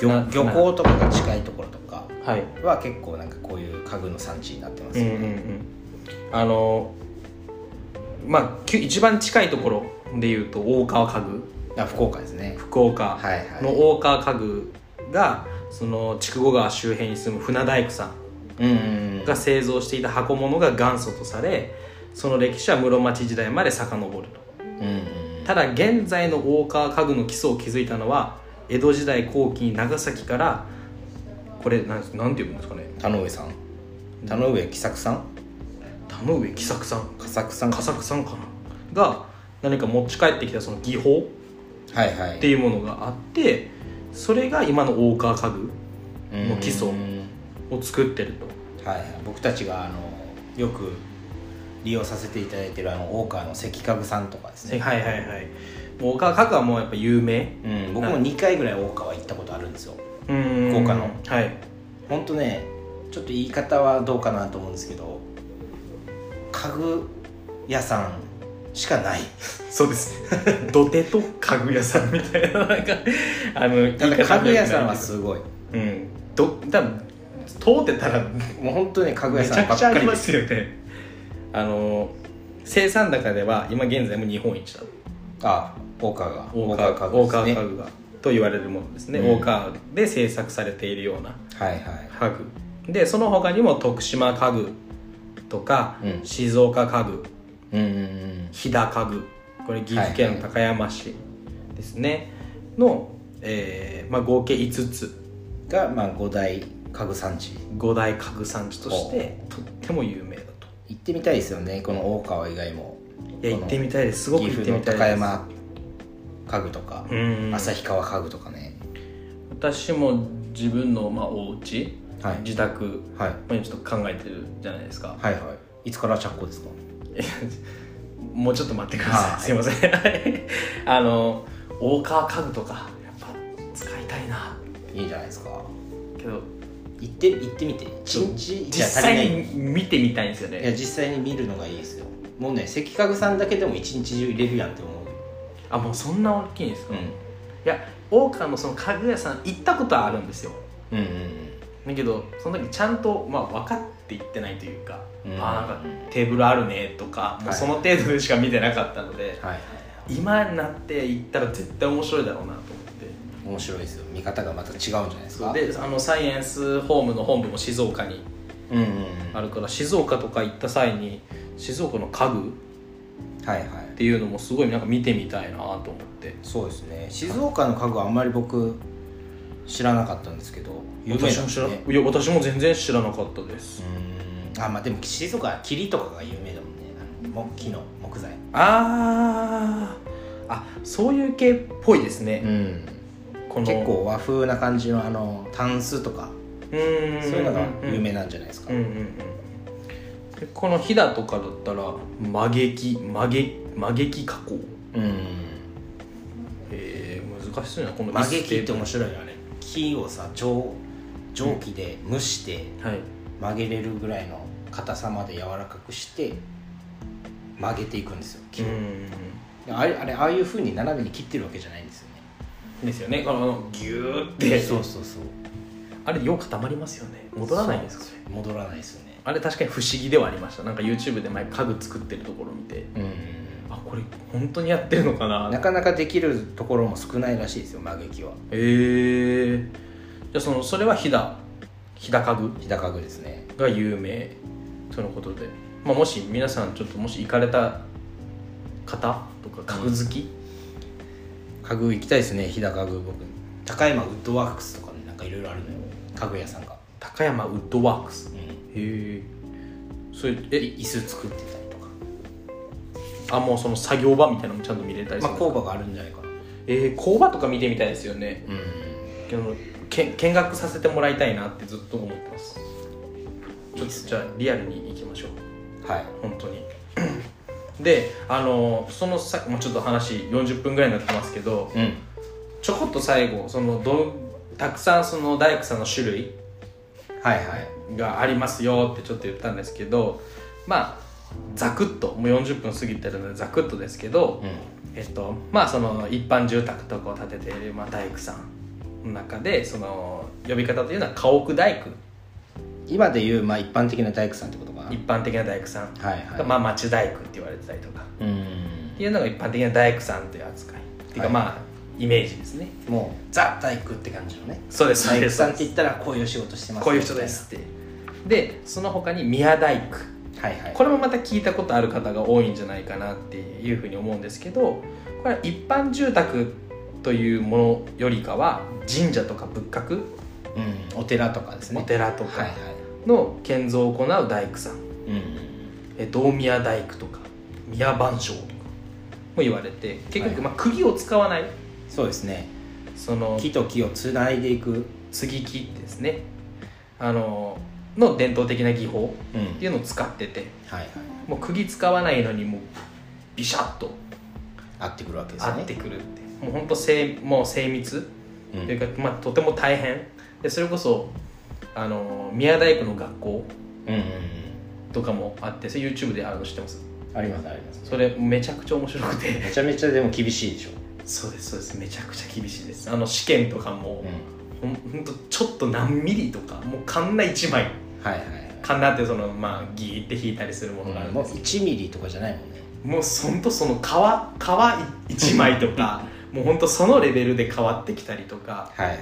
漁
船
漁港とかが近いところとか
はい
は結構なんかこういう家具の産地になってます
うん
よ
うん
ね、
うんあのまあきゅ一番近いところでいうと大川家具
あ福岡ですね
福岡
はいはい
の大川家具がその筑後川周辺に住む船大工さん
うんうんうん
が製造していた箱物が元祖とされその歴史は室町時代まで遡ると
うんうん
ただ現在の大川家具の基礎を築いたのは江戸時代後期に長崎からこれなんなんて呼ぶんですかね
田上さん田上喜作さん
田上喜作さん
佳作さん
佳作さんかなが何か持ち帰ってきたその技法
はいはい
っていうものがあってそれが今の大川家具の基礎
うん
を作ってると
はいはい、僕たちがあのよく利用させていただいてるあの大川の関家具さんとかです
はい
ね、
はいはい大川家具はもうやっぱ有名
うん、僕も2回ぐらい大川行ったことあるんですよ
うん
豪華の
はい
ほんとねちょっと言い方はどうかなと思うんですけど家具屋さんしかない
そうです。土手と家具屋さんみたいな、なんか、あの、
ただ
言い方
家
悪
具
い
屋さんはすごい
うん。ど、多分通ってたら、
もう本当に家具屋
めち
さ
ゃ
んば
く
っ
ちゃあ
かり
り
で
ますすよね。あの、生産高では、今現在も日本一だ。
あ大川が
大川家具、大川
ですね
家具が。と言われるものですね。
うん
大川で製作されているような
はいはい
家具。で、その他にも徳島家具とか、
うん
静岡家具、
うんうんうん
飛騨家具これ岐阜県の高山市ですね、の、えーまあ、合計5つ
が、まあ、5大家具産地
五大家具産地としてとっても有名だと
行ってみたいですよねこの大川以外も
いや
この
行ってみたいですすごく
岐
行っ
阜
て
の
みたい
高
です
山家具とか、
うん
旭川家具とかね
私も自分の、まあ、お家、
はい
自宅
はい
まあちょっと考えてるじゃないですか、
はいはいいつから着工ですか
もうちょっと待ってくださ
はい
いすいません あの大川家具とかやっぱ使いたいない
いじゃないですか
けど
行って行ってみて一日じ
実
ゃ足りな
際
い
に見てみたいんですよね
いや実際に見るのがいいですよもうね関家具さんだけでも一日中入れるやんって思う
あもうそんな大きいんですか、
う
いや大川のその家具屋さん行ったことはあるんですよ
んうん
だけどその時ちゃんと、まあ、分かって行ってないというか、
うん
あなんかテーブルあるねとかもうその程度でしか見てなかったので、
はいはい
今になって行ったら絶対面白いだろうなと思って
面白いですよ見方がまた違うんじゃないです
そう
か
であのサイエンスホームの本部も静岡に
うんうん
あ
は
るから静岡とか行った際に静岡の家具
いはい
っていうのもすごいなんか見てみたいなと思って
そうですね静岡の家具はあんまり僕知らなかったんですけど有名
私
なんで
も
す
知ら、
ね
いや私も全然知らなかったです、
うーんあまあでも静岡は霧とかが有名だもんねあの木の木材
あーあそういう系っぽいですね、
ん
この
結構和風な感じのあのタンスとか
うんうんん
そういうのが有名なんじゃないですか、
うんうんうんでこの飛騨とかだったら曲げき曲げ曲げき加工
うん
えー、難しそうなこの
曲げ木って
は
面白いよあれ木をさ蒸蒸気で蒸して
い
曲げれるぐらいの硬さまで柔らかくして曲げていくんですよ木
う
を
んうんうん
あれあれああいう風に斜めに切ってるわけじゃないんですよね
ですよねこのギューって
そうそうそう
あれよう固まりますよね戻らないですかね
戻らないですよね
あれ確かに不思議ではありましたなんか YouTube で前家具作ってるところ見て
うん
あこれ本当にやってるのかな
なかなかできるところも少ないらしいですよ、魔劇は。
へえじゃあそのそれは飛騨日高具
日高具ですね
が有名とのことで、まあ、もし皆さんちょっともし行かれた方とか家具好き、
家具行きたいですね日高具僕高山ウッドワークスとかねなんかいろいろあるのよ家具屋さんが、
高山ウッドワークス
うん、
へえそれ
で
え
椅子作ってたりとか、
あもうその作業場みたいなのもちゃんと見れたりす
ま
る
あ、工場があるんじゃないかな
えー工場とか見てみたいですよね
うん
けどけん見学させてもらいたいなってずっと思ってますちょっとじゃあリアルに行きましょう
はい
本当に であのそのさもうちょっと話40分ぐらいになってますけど
うん
ちょこっと最後そのどたくさんその大工さんの種類
はいはい
がありますよってちょっと言ったんですけどまあざくっともう40分過ぎてるのでざくっとですけど、
う
えっとまあその一般住宅とかを建てている、まあ、大工さんの中でその呼び方というのは家屋大工
ん今でいう、まあ、一般的な大工さんってことかな
一般的な大工さん、
はいはい
まあ町大工って言われてたりとか
うん
っていうのが一般的な大工さんという扱いっていうか、
はい
まあイメージですね
もうザ大工って感じのね
そうで
大工さんって言ったらこういう仕事してます
こういう人ですってでその他に宮大工
はいはい
これもまた聞いたことある方が多いんじゃないかなっていうふうに思うんですけどこれは一般住宅というものよりかは神社とか仏閣
うん、お寺とかですね
お寺と
はい
か
はい
の建造を行う大工さん、
うん
え道宮大工とか宮番匠とかも言われて結局、
はい
まあ、釘を使わない
そうですね
その
木と木をつないでいく、
継ぎ木ですねあのの伝統的な技法
うん、はい
っていうのを使ってて
はい
もう釘使わないのにもうビシャッと
合ってくるわけですね
合ってくるってもうほんと精もう精密
うん
というか、まあ、とても大変でそれこそあの宮大工の学校
うんうん
とかもあってそれ YouTube であるの知ってます
うんありますあります
それめちゃくちゃ面白くて
めちゃめちゃでも厳しいでしょ、
そうですそうですめちゃくちゃ厳しいですあの試験とかも
うん、、
ほん、ほんとちょっと何ミリとかもうカンナ1枚
はいはい
カンナってそのまあギーって引いたりするものがあ
は
る
い
ん
もう
です
1ミリとかじゃないもんね
もうほんとその皮皮1枚とかもうほんとそのレベルで変わってきたりとか
はいは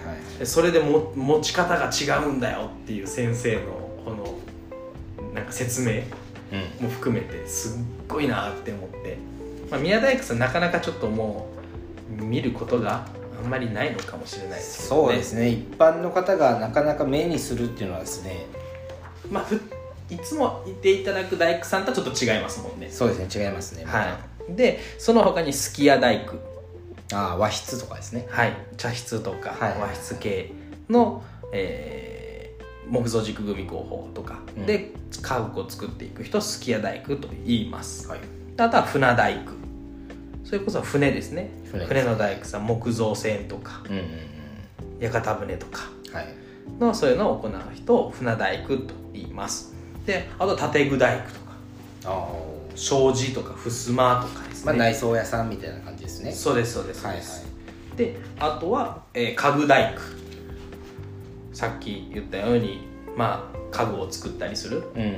い
それでも持ち方が違うんだよっていう先生のこのなんか説明
うん
も含めてすっごいなって思って、まあ、宮大工さんなかなかちょっともう見ることがあんまりないのかもしれないですけど、ね、
そうですね一般の方がなかなか目にするっていうのはですね
まあふいつもいていただく大工さんとはちょっと違いますもんね
そうですね違いますね
はいでその他にすき家大工
ああ和室とかですね
はい茶室とか
はい
和室系の、えー木造軸組工法とか
うん
で家具を作っていく人をすき家大工と言います
はい
あとは船大工それこそ船ですね
船
船
ですね
の大工さん木造船とか
うんうん
屋形船とか
うんはい
のそういうのを行う人を船大工と言いますであと建具大工とか
ああ
障子とか襖とかです
まあ
ね、
内装屋さんみたいな感じですね
そうですそうです、
はいはい
であとは、えー家具大工さっき言ったようにまあ家具を作ったりする
うんうんうん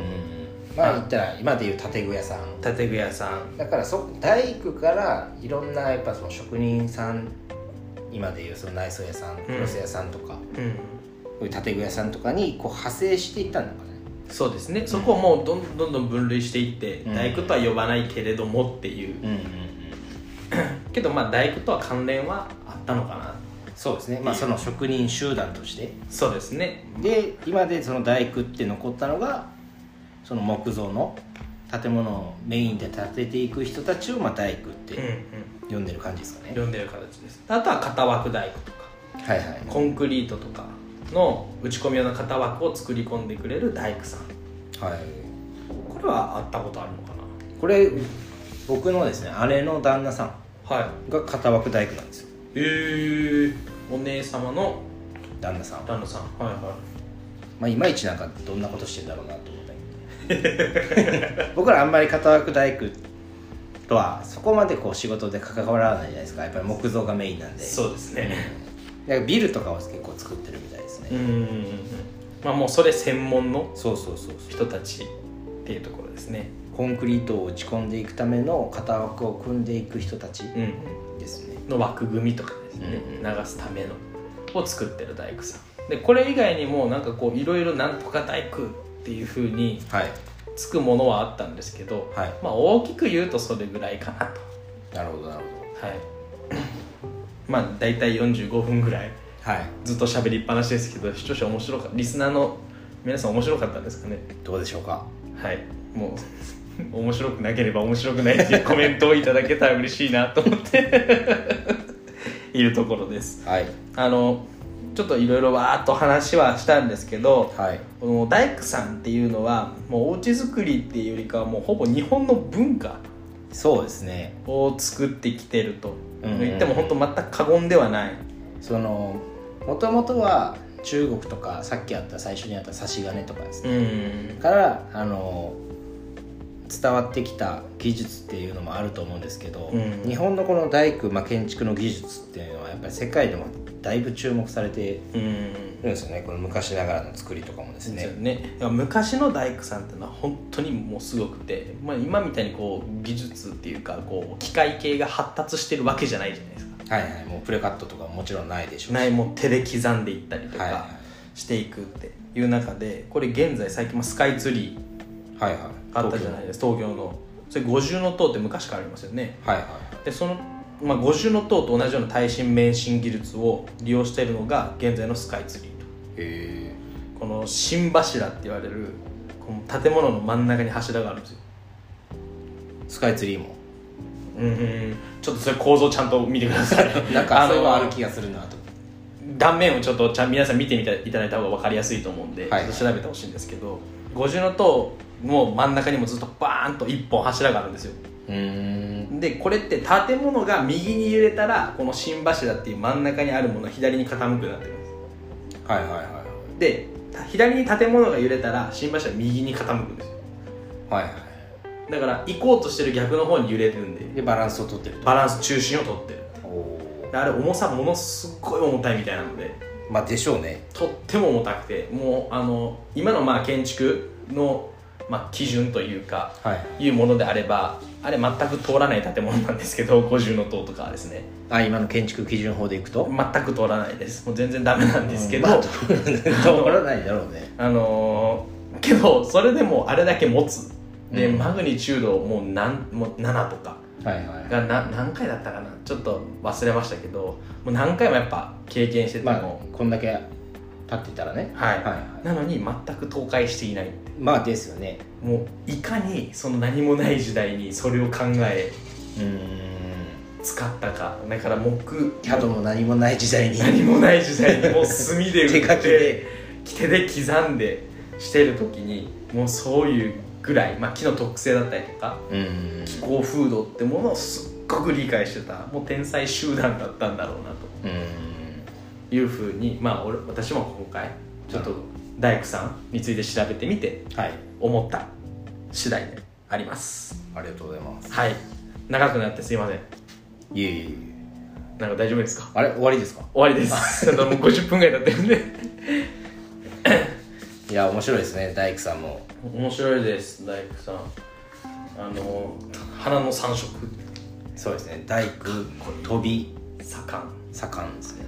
まあ言ったら今でいう建具屋さん
建具屋さん
だからそ大工からいろんなやっぱその職人さん今でいうその内装屋さんクロス屋さんとか、こ
う
う
ん
いう建具屋さんとかにこう派生していったのかね
そうですねそこをもうどんどんどん分類していって、
うん
大工とは呼ばないけれどもっていう
うんうんうん
けどまあ大工とは関連はあったのかな
そうですねまあその職人集団として
そうですね
で今でその大工って残ったのがその木造の建物をメインで建てていく人たちをまあ大工っ
うんう
て
ん
呼んでる感じですかね、
呼んでる形ですあとは型枠大工とか
はいはい
コンクリートとかの打ち込み用の型枠を作り込んでくれる大工さん
はい
これはあったことあるのか
これ僕のですね姉の旦那さん
なはい
が片枠大工なんですよ
えー、お姉様の
旦那さんは、
旦那さんはいは
まあ、いまいちなんかどんなことしてんだろうなと思ったけど僕らあんまり片枠大工とはそこまでこう仕事で関わらないじゃないですかやっぱり木造がメインなん
い
で
そうですね
だからビルとかを結構作ってるみたいですね、
うんうんうんうんまあもうそれ専門の
そうそうそうそう
人たちっていうところですね
コンクリートを打ち込んでいくための型枠を組んでいく人たち
うんうん
ですね、
の枠組みとかですね、
うん
流すためのを作ってる大工さんでこれ以外にもなんかこういろいろなんとか大工っていうふうに
はい
つくものはあったんですけど、
はい
まあ大きく言うとそれぐらいかなと
なるほどなるほ
はい まあ大体45分ぐらい
どはい
ずっと喋りっぱなしですけど視聴者面白かリスナーの皆さん面白かったんですかね
どうでしょうか
はいもう 面白くなければ面白くないっていうコメントをいただけたら嬉しいなと思って いるところです
はい
あのちょっといろいろわーっと話はしたんですけど
はい
この大工さんっていうのはもうお家作りっていうよりかはもうほぼ日本の文化
そうですね
を作ってきてると
うんうん
言っても本当全く過言ではない
そのもともとは中国とかさっきあった最初にあった差し金とかですね
うん
からあの伝わってきた技術っていうのもあると思うんですけど、
うん
日本のこの大工、まあ、建築の技術っていうのはやっぱり世界でもだいぶ注目されて
うん
るんですよねこの昔ながらの作りとかもです
ですよ
ね。
ね、いや昔の大工さんってのは本当にもうすごくて、まあ、今みたいにこう技術っていうかこう機械系が発達してるわけじゃないじゃないですか
はいはい、もうプレカットとかももちろんないでしょうし
ないもう手で刻んでいったりと
はい
かしていくっていう中でこれ現在最近もスカイツリー
はいはい
あったじゃないですか東京のそれ五重の塔って昔からありますよね
はいはい
でその、まあ、五重の塔と同じような耐震免震技術を利用しているのが現在のスカイツリーと
へ
この新柱って言われるこの建物の真ん中に柱があるんですよ
ースカイツリーも
うんうんちょっとそれ構造ちゃんと見てください
なんかそういうのあ
の
る気がするなと
断面をちょっとちゃん皆さん見てみていただいた方が分かりやすいと思うんで、
はい
ちょっと調べてほしいんですけど五重の塔の真ん中にもずっとバーンと一本柱があるんですよ
うーん
でこれって建物が右に揺れたらこの新柱っていう真ん中にあるものは左に傾くようになってるんです
はいはいは
でた左に建物が揺れたら新柱は右に傾くんですよ
いはいは
だから行こうとしてる逆の方に揺れてるんで
いでバランスをとってる
バランス中心をとってる
とお
であれ重さものすっごい重たいみたいなので
まあでしょうね
とっても重たくてもうあの今のまあ建築の、まあ、基準というか
はい
いうものであればあれ全く通らない建物なんですけど五重の塔とかはですね
あ今の建築基準法でいくと
全く通らないですもう全然ダメなんですけ ど、
まあ通らないだろうね
あのーけどそれでもあれだけ持つで、
うん
マグニチュードもうなんもう7とか
はいは
がな何回だったかなちょっと忘れましたけどもう何回もやっぱ経験してて
まあ
も、
こんだけ立ってたらね
はい、
はいはい
なのに全く倒壊していないって
まあですよね
もういかにその何もない時代にそれを考え
うー
使ったかだから木
ん角も何もない時代に
何もない時代にもう墨 で
手書きで
手で刻んでしてる時にもうそういうぐらい、まあ、木の特性だったりとか
うーん
気候風土ってものをすっごく理解してたもう天才集団だったんだろうなと
うーん
いうふうにまあ俺私も今回ちょっと大工さんについて調べてみて
はい
思った次第であります
ありがとうございます
はい長くなってすいません
いえいえいえ
なんか大丈夫ですか
あれ終わりですか
終わりですあの もう50分ぐらい経ってるんで
いや面白いですね大工さんも
面白いです大工さんあの花の三色
そうですね大工飛び
盛ん
盛んですね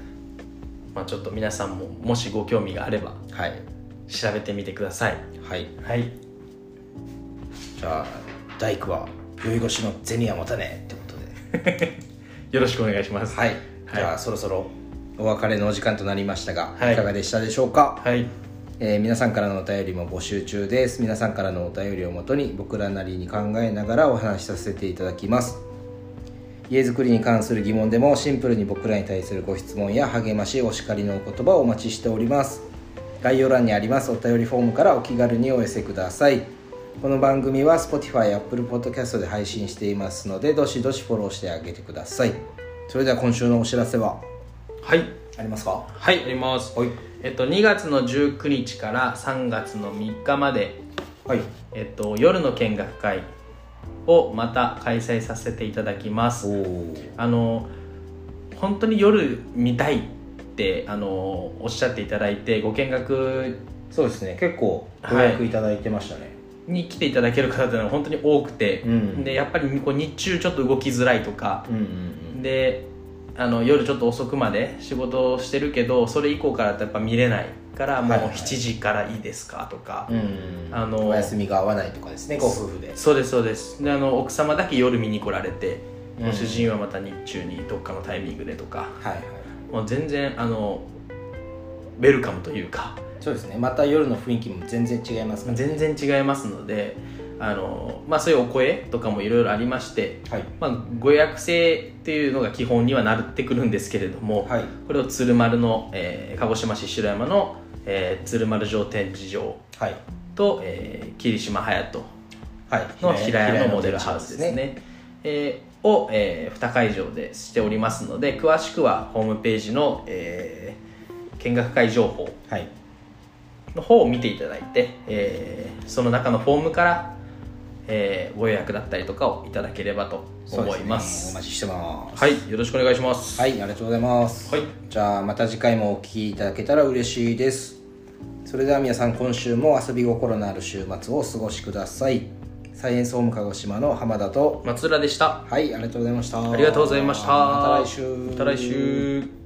まあちょっと皆さんももしご興味があれば
はい
調べてみてください
はい
はい
じゃあ大工は宵越しの銭は持たねえってことで
よろしくお願いします
はい、じゃあそろそろお別れのお時間となりましたが、
はい
いかがでしたでしょうか、
はい
えー皆さんからのお便りも募集中です皆さんからのお便りをもとに僕らなりに考えながらお話しさせていただきます家づくりに関する疑問でもシンプルに僕らに対するご質問や励ましお叱りのお言葉をお待ちしております概要欄にありますお便りフォームからお気軽にお寄せくださいこの番組は Spotify、Apple Podcast で配信していますのでどしどしフォローしてあげてくださいそれでは今週のお知らせは
はい
ありますか
はいあります
はい
えっと2月の19日から3月の3日まで
はい
えっと夜の見学会をまた開催させていただきます
おお
あの本当に夜見たいってあのおっしゃっていただいてご見学
そうですね結構ご予約いただいてましたね、
に来ていただける方っていうのは本当に多くて、
うん
でやっぱりこう日中ちょっと動きづらいとか
うんうん
であの夜ちょっと遅くまで仕事をしてるけどそれ以降からだとやっぱ見れないからもう
はいはい
7時からいいですかとか、
うん
あの
お休みが合わないとかですねご夫婦で
そうですそうですであの奥様だけ夜見に来られて、
うん
ご主人はまた日中にどっかのタイミングでとか
はいはい
もう全然あのウェルカムというか
そうですねまた夜の雰囲気も全然違いますから
全然違いますのであの、まあ、そういうお声とかもいろいろありまして、
はい
まあ、ご予約制っていうのが基本にはなってくるんですけれども、
はい
これを鶴丸の、えー鹿児島市白山の、えー鶴丸城展示場
はい
と、えー霧島隼
はい
人の平屋のモデルハウスですねえーを、え2会場でしておりますので詳しくはホームページの、えー見学会情報
はい
の方を見ていただいて、えーその中のフォームから、えーご予約だったりとかをいただければと
そうで
思い
ね
ます
お待ちしてます
はいよろしくお願いします、
はいありがとうございます、
はい
じゃあまた次回もお聞きいただけたら嬉しいですそれでは皆さん今週も遊び心のある週末をお過ごしくださいサイエンスホーム鹿児島の浜田と
松浦でした
はいありがとうございました
ありがとうございました
また来週
また来週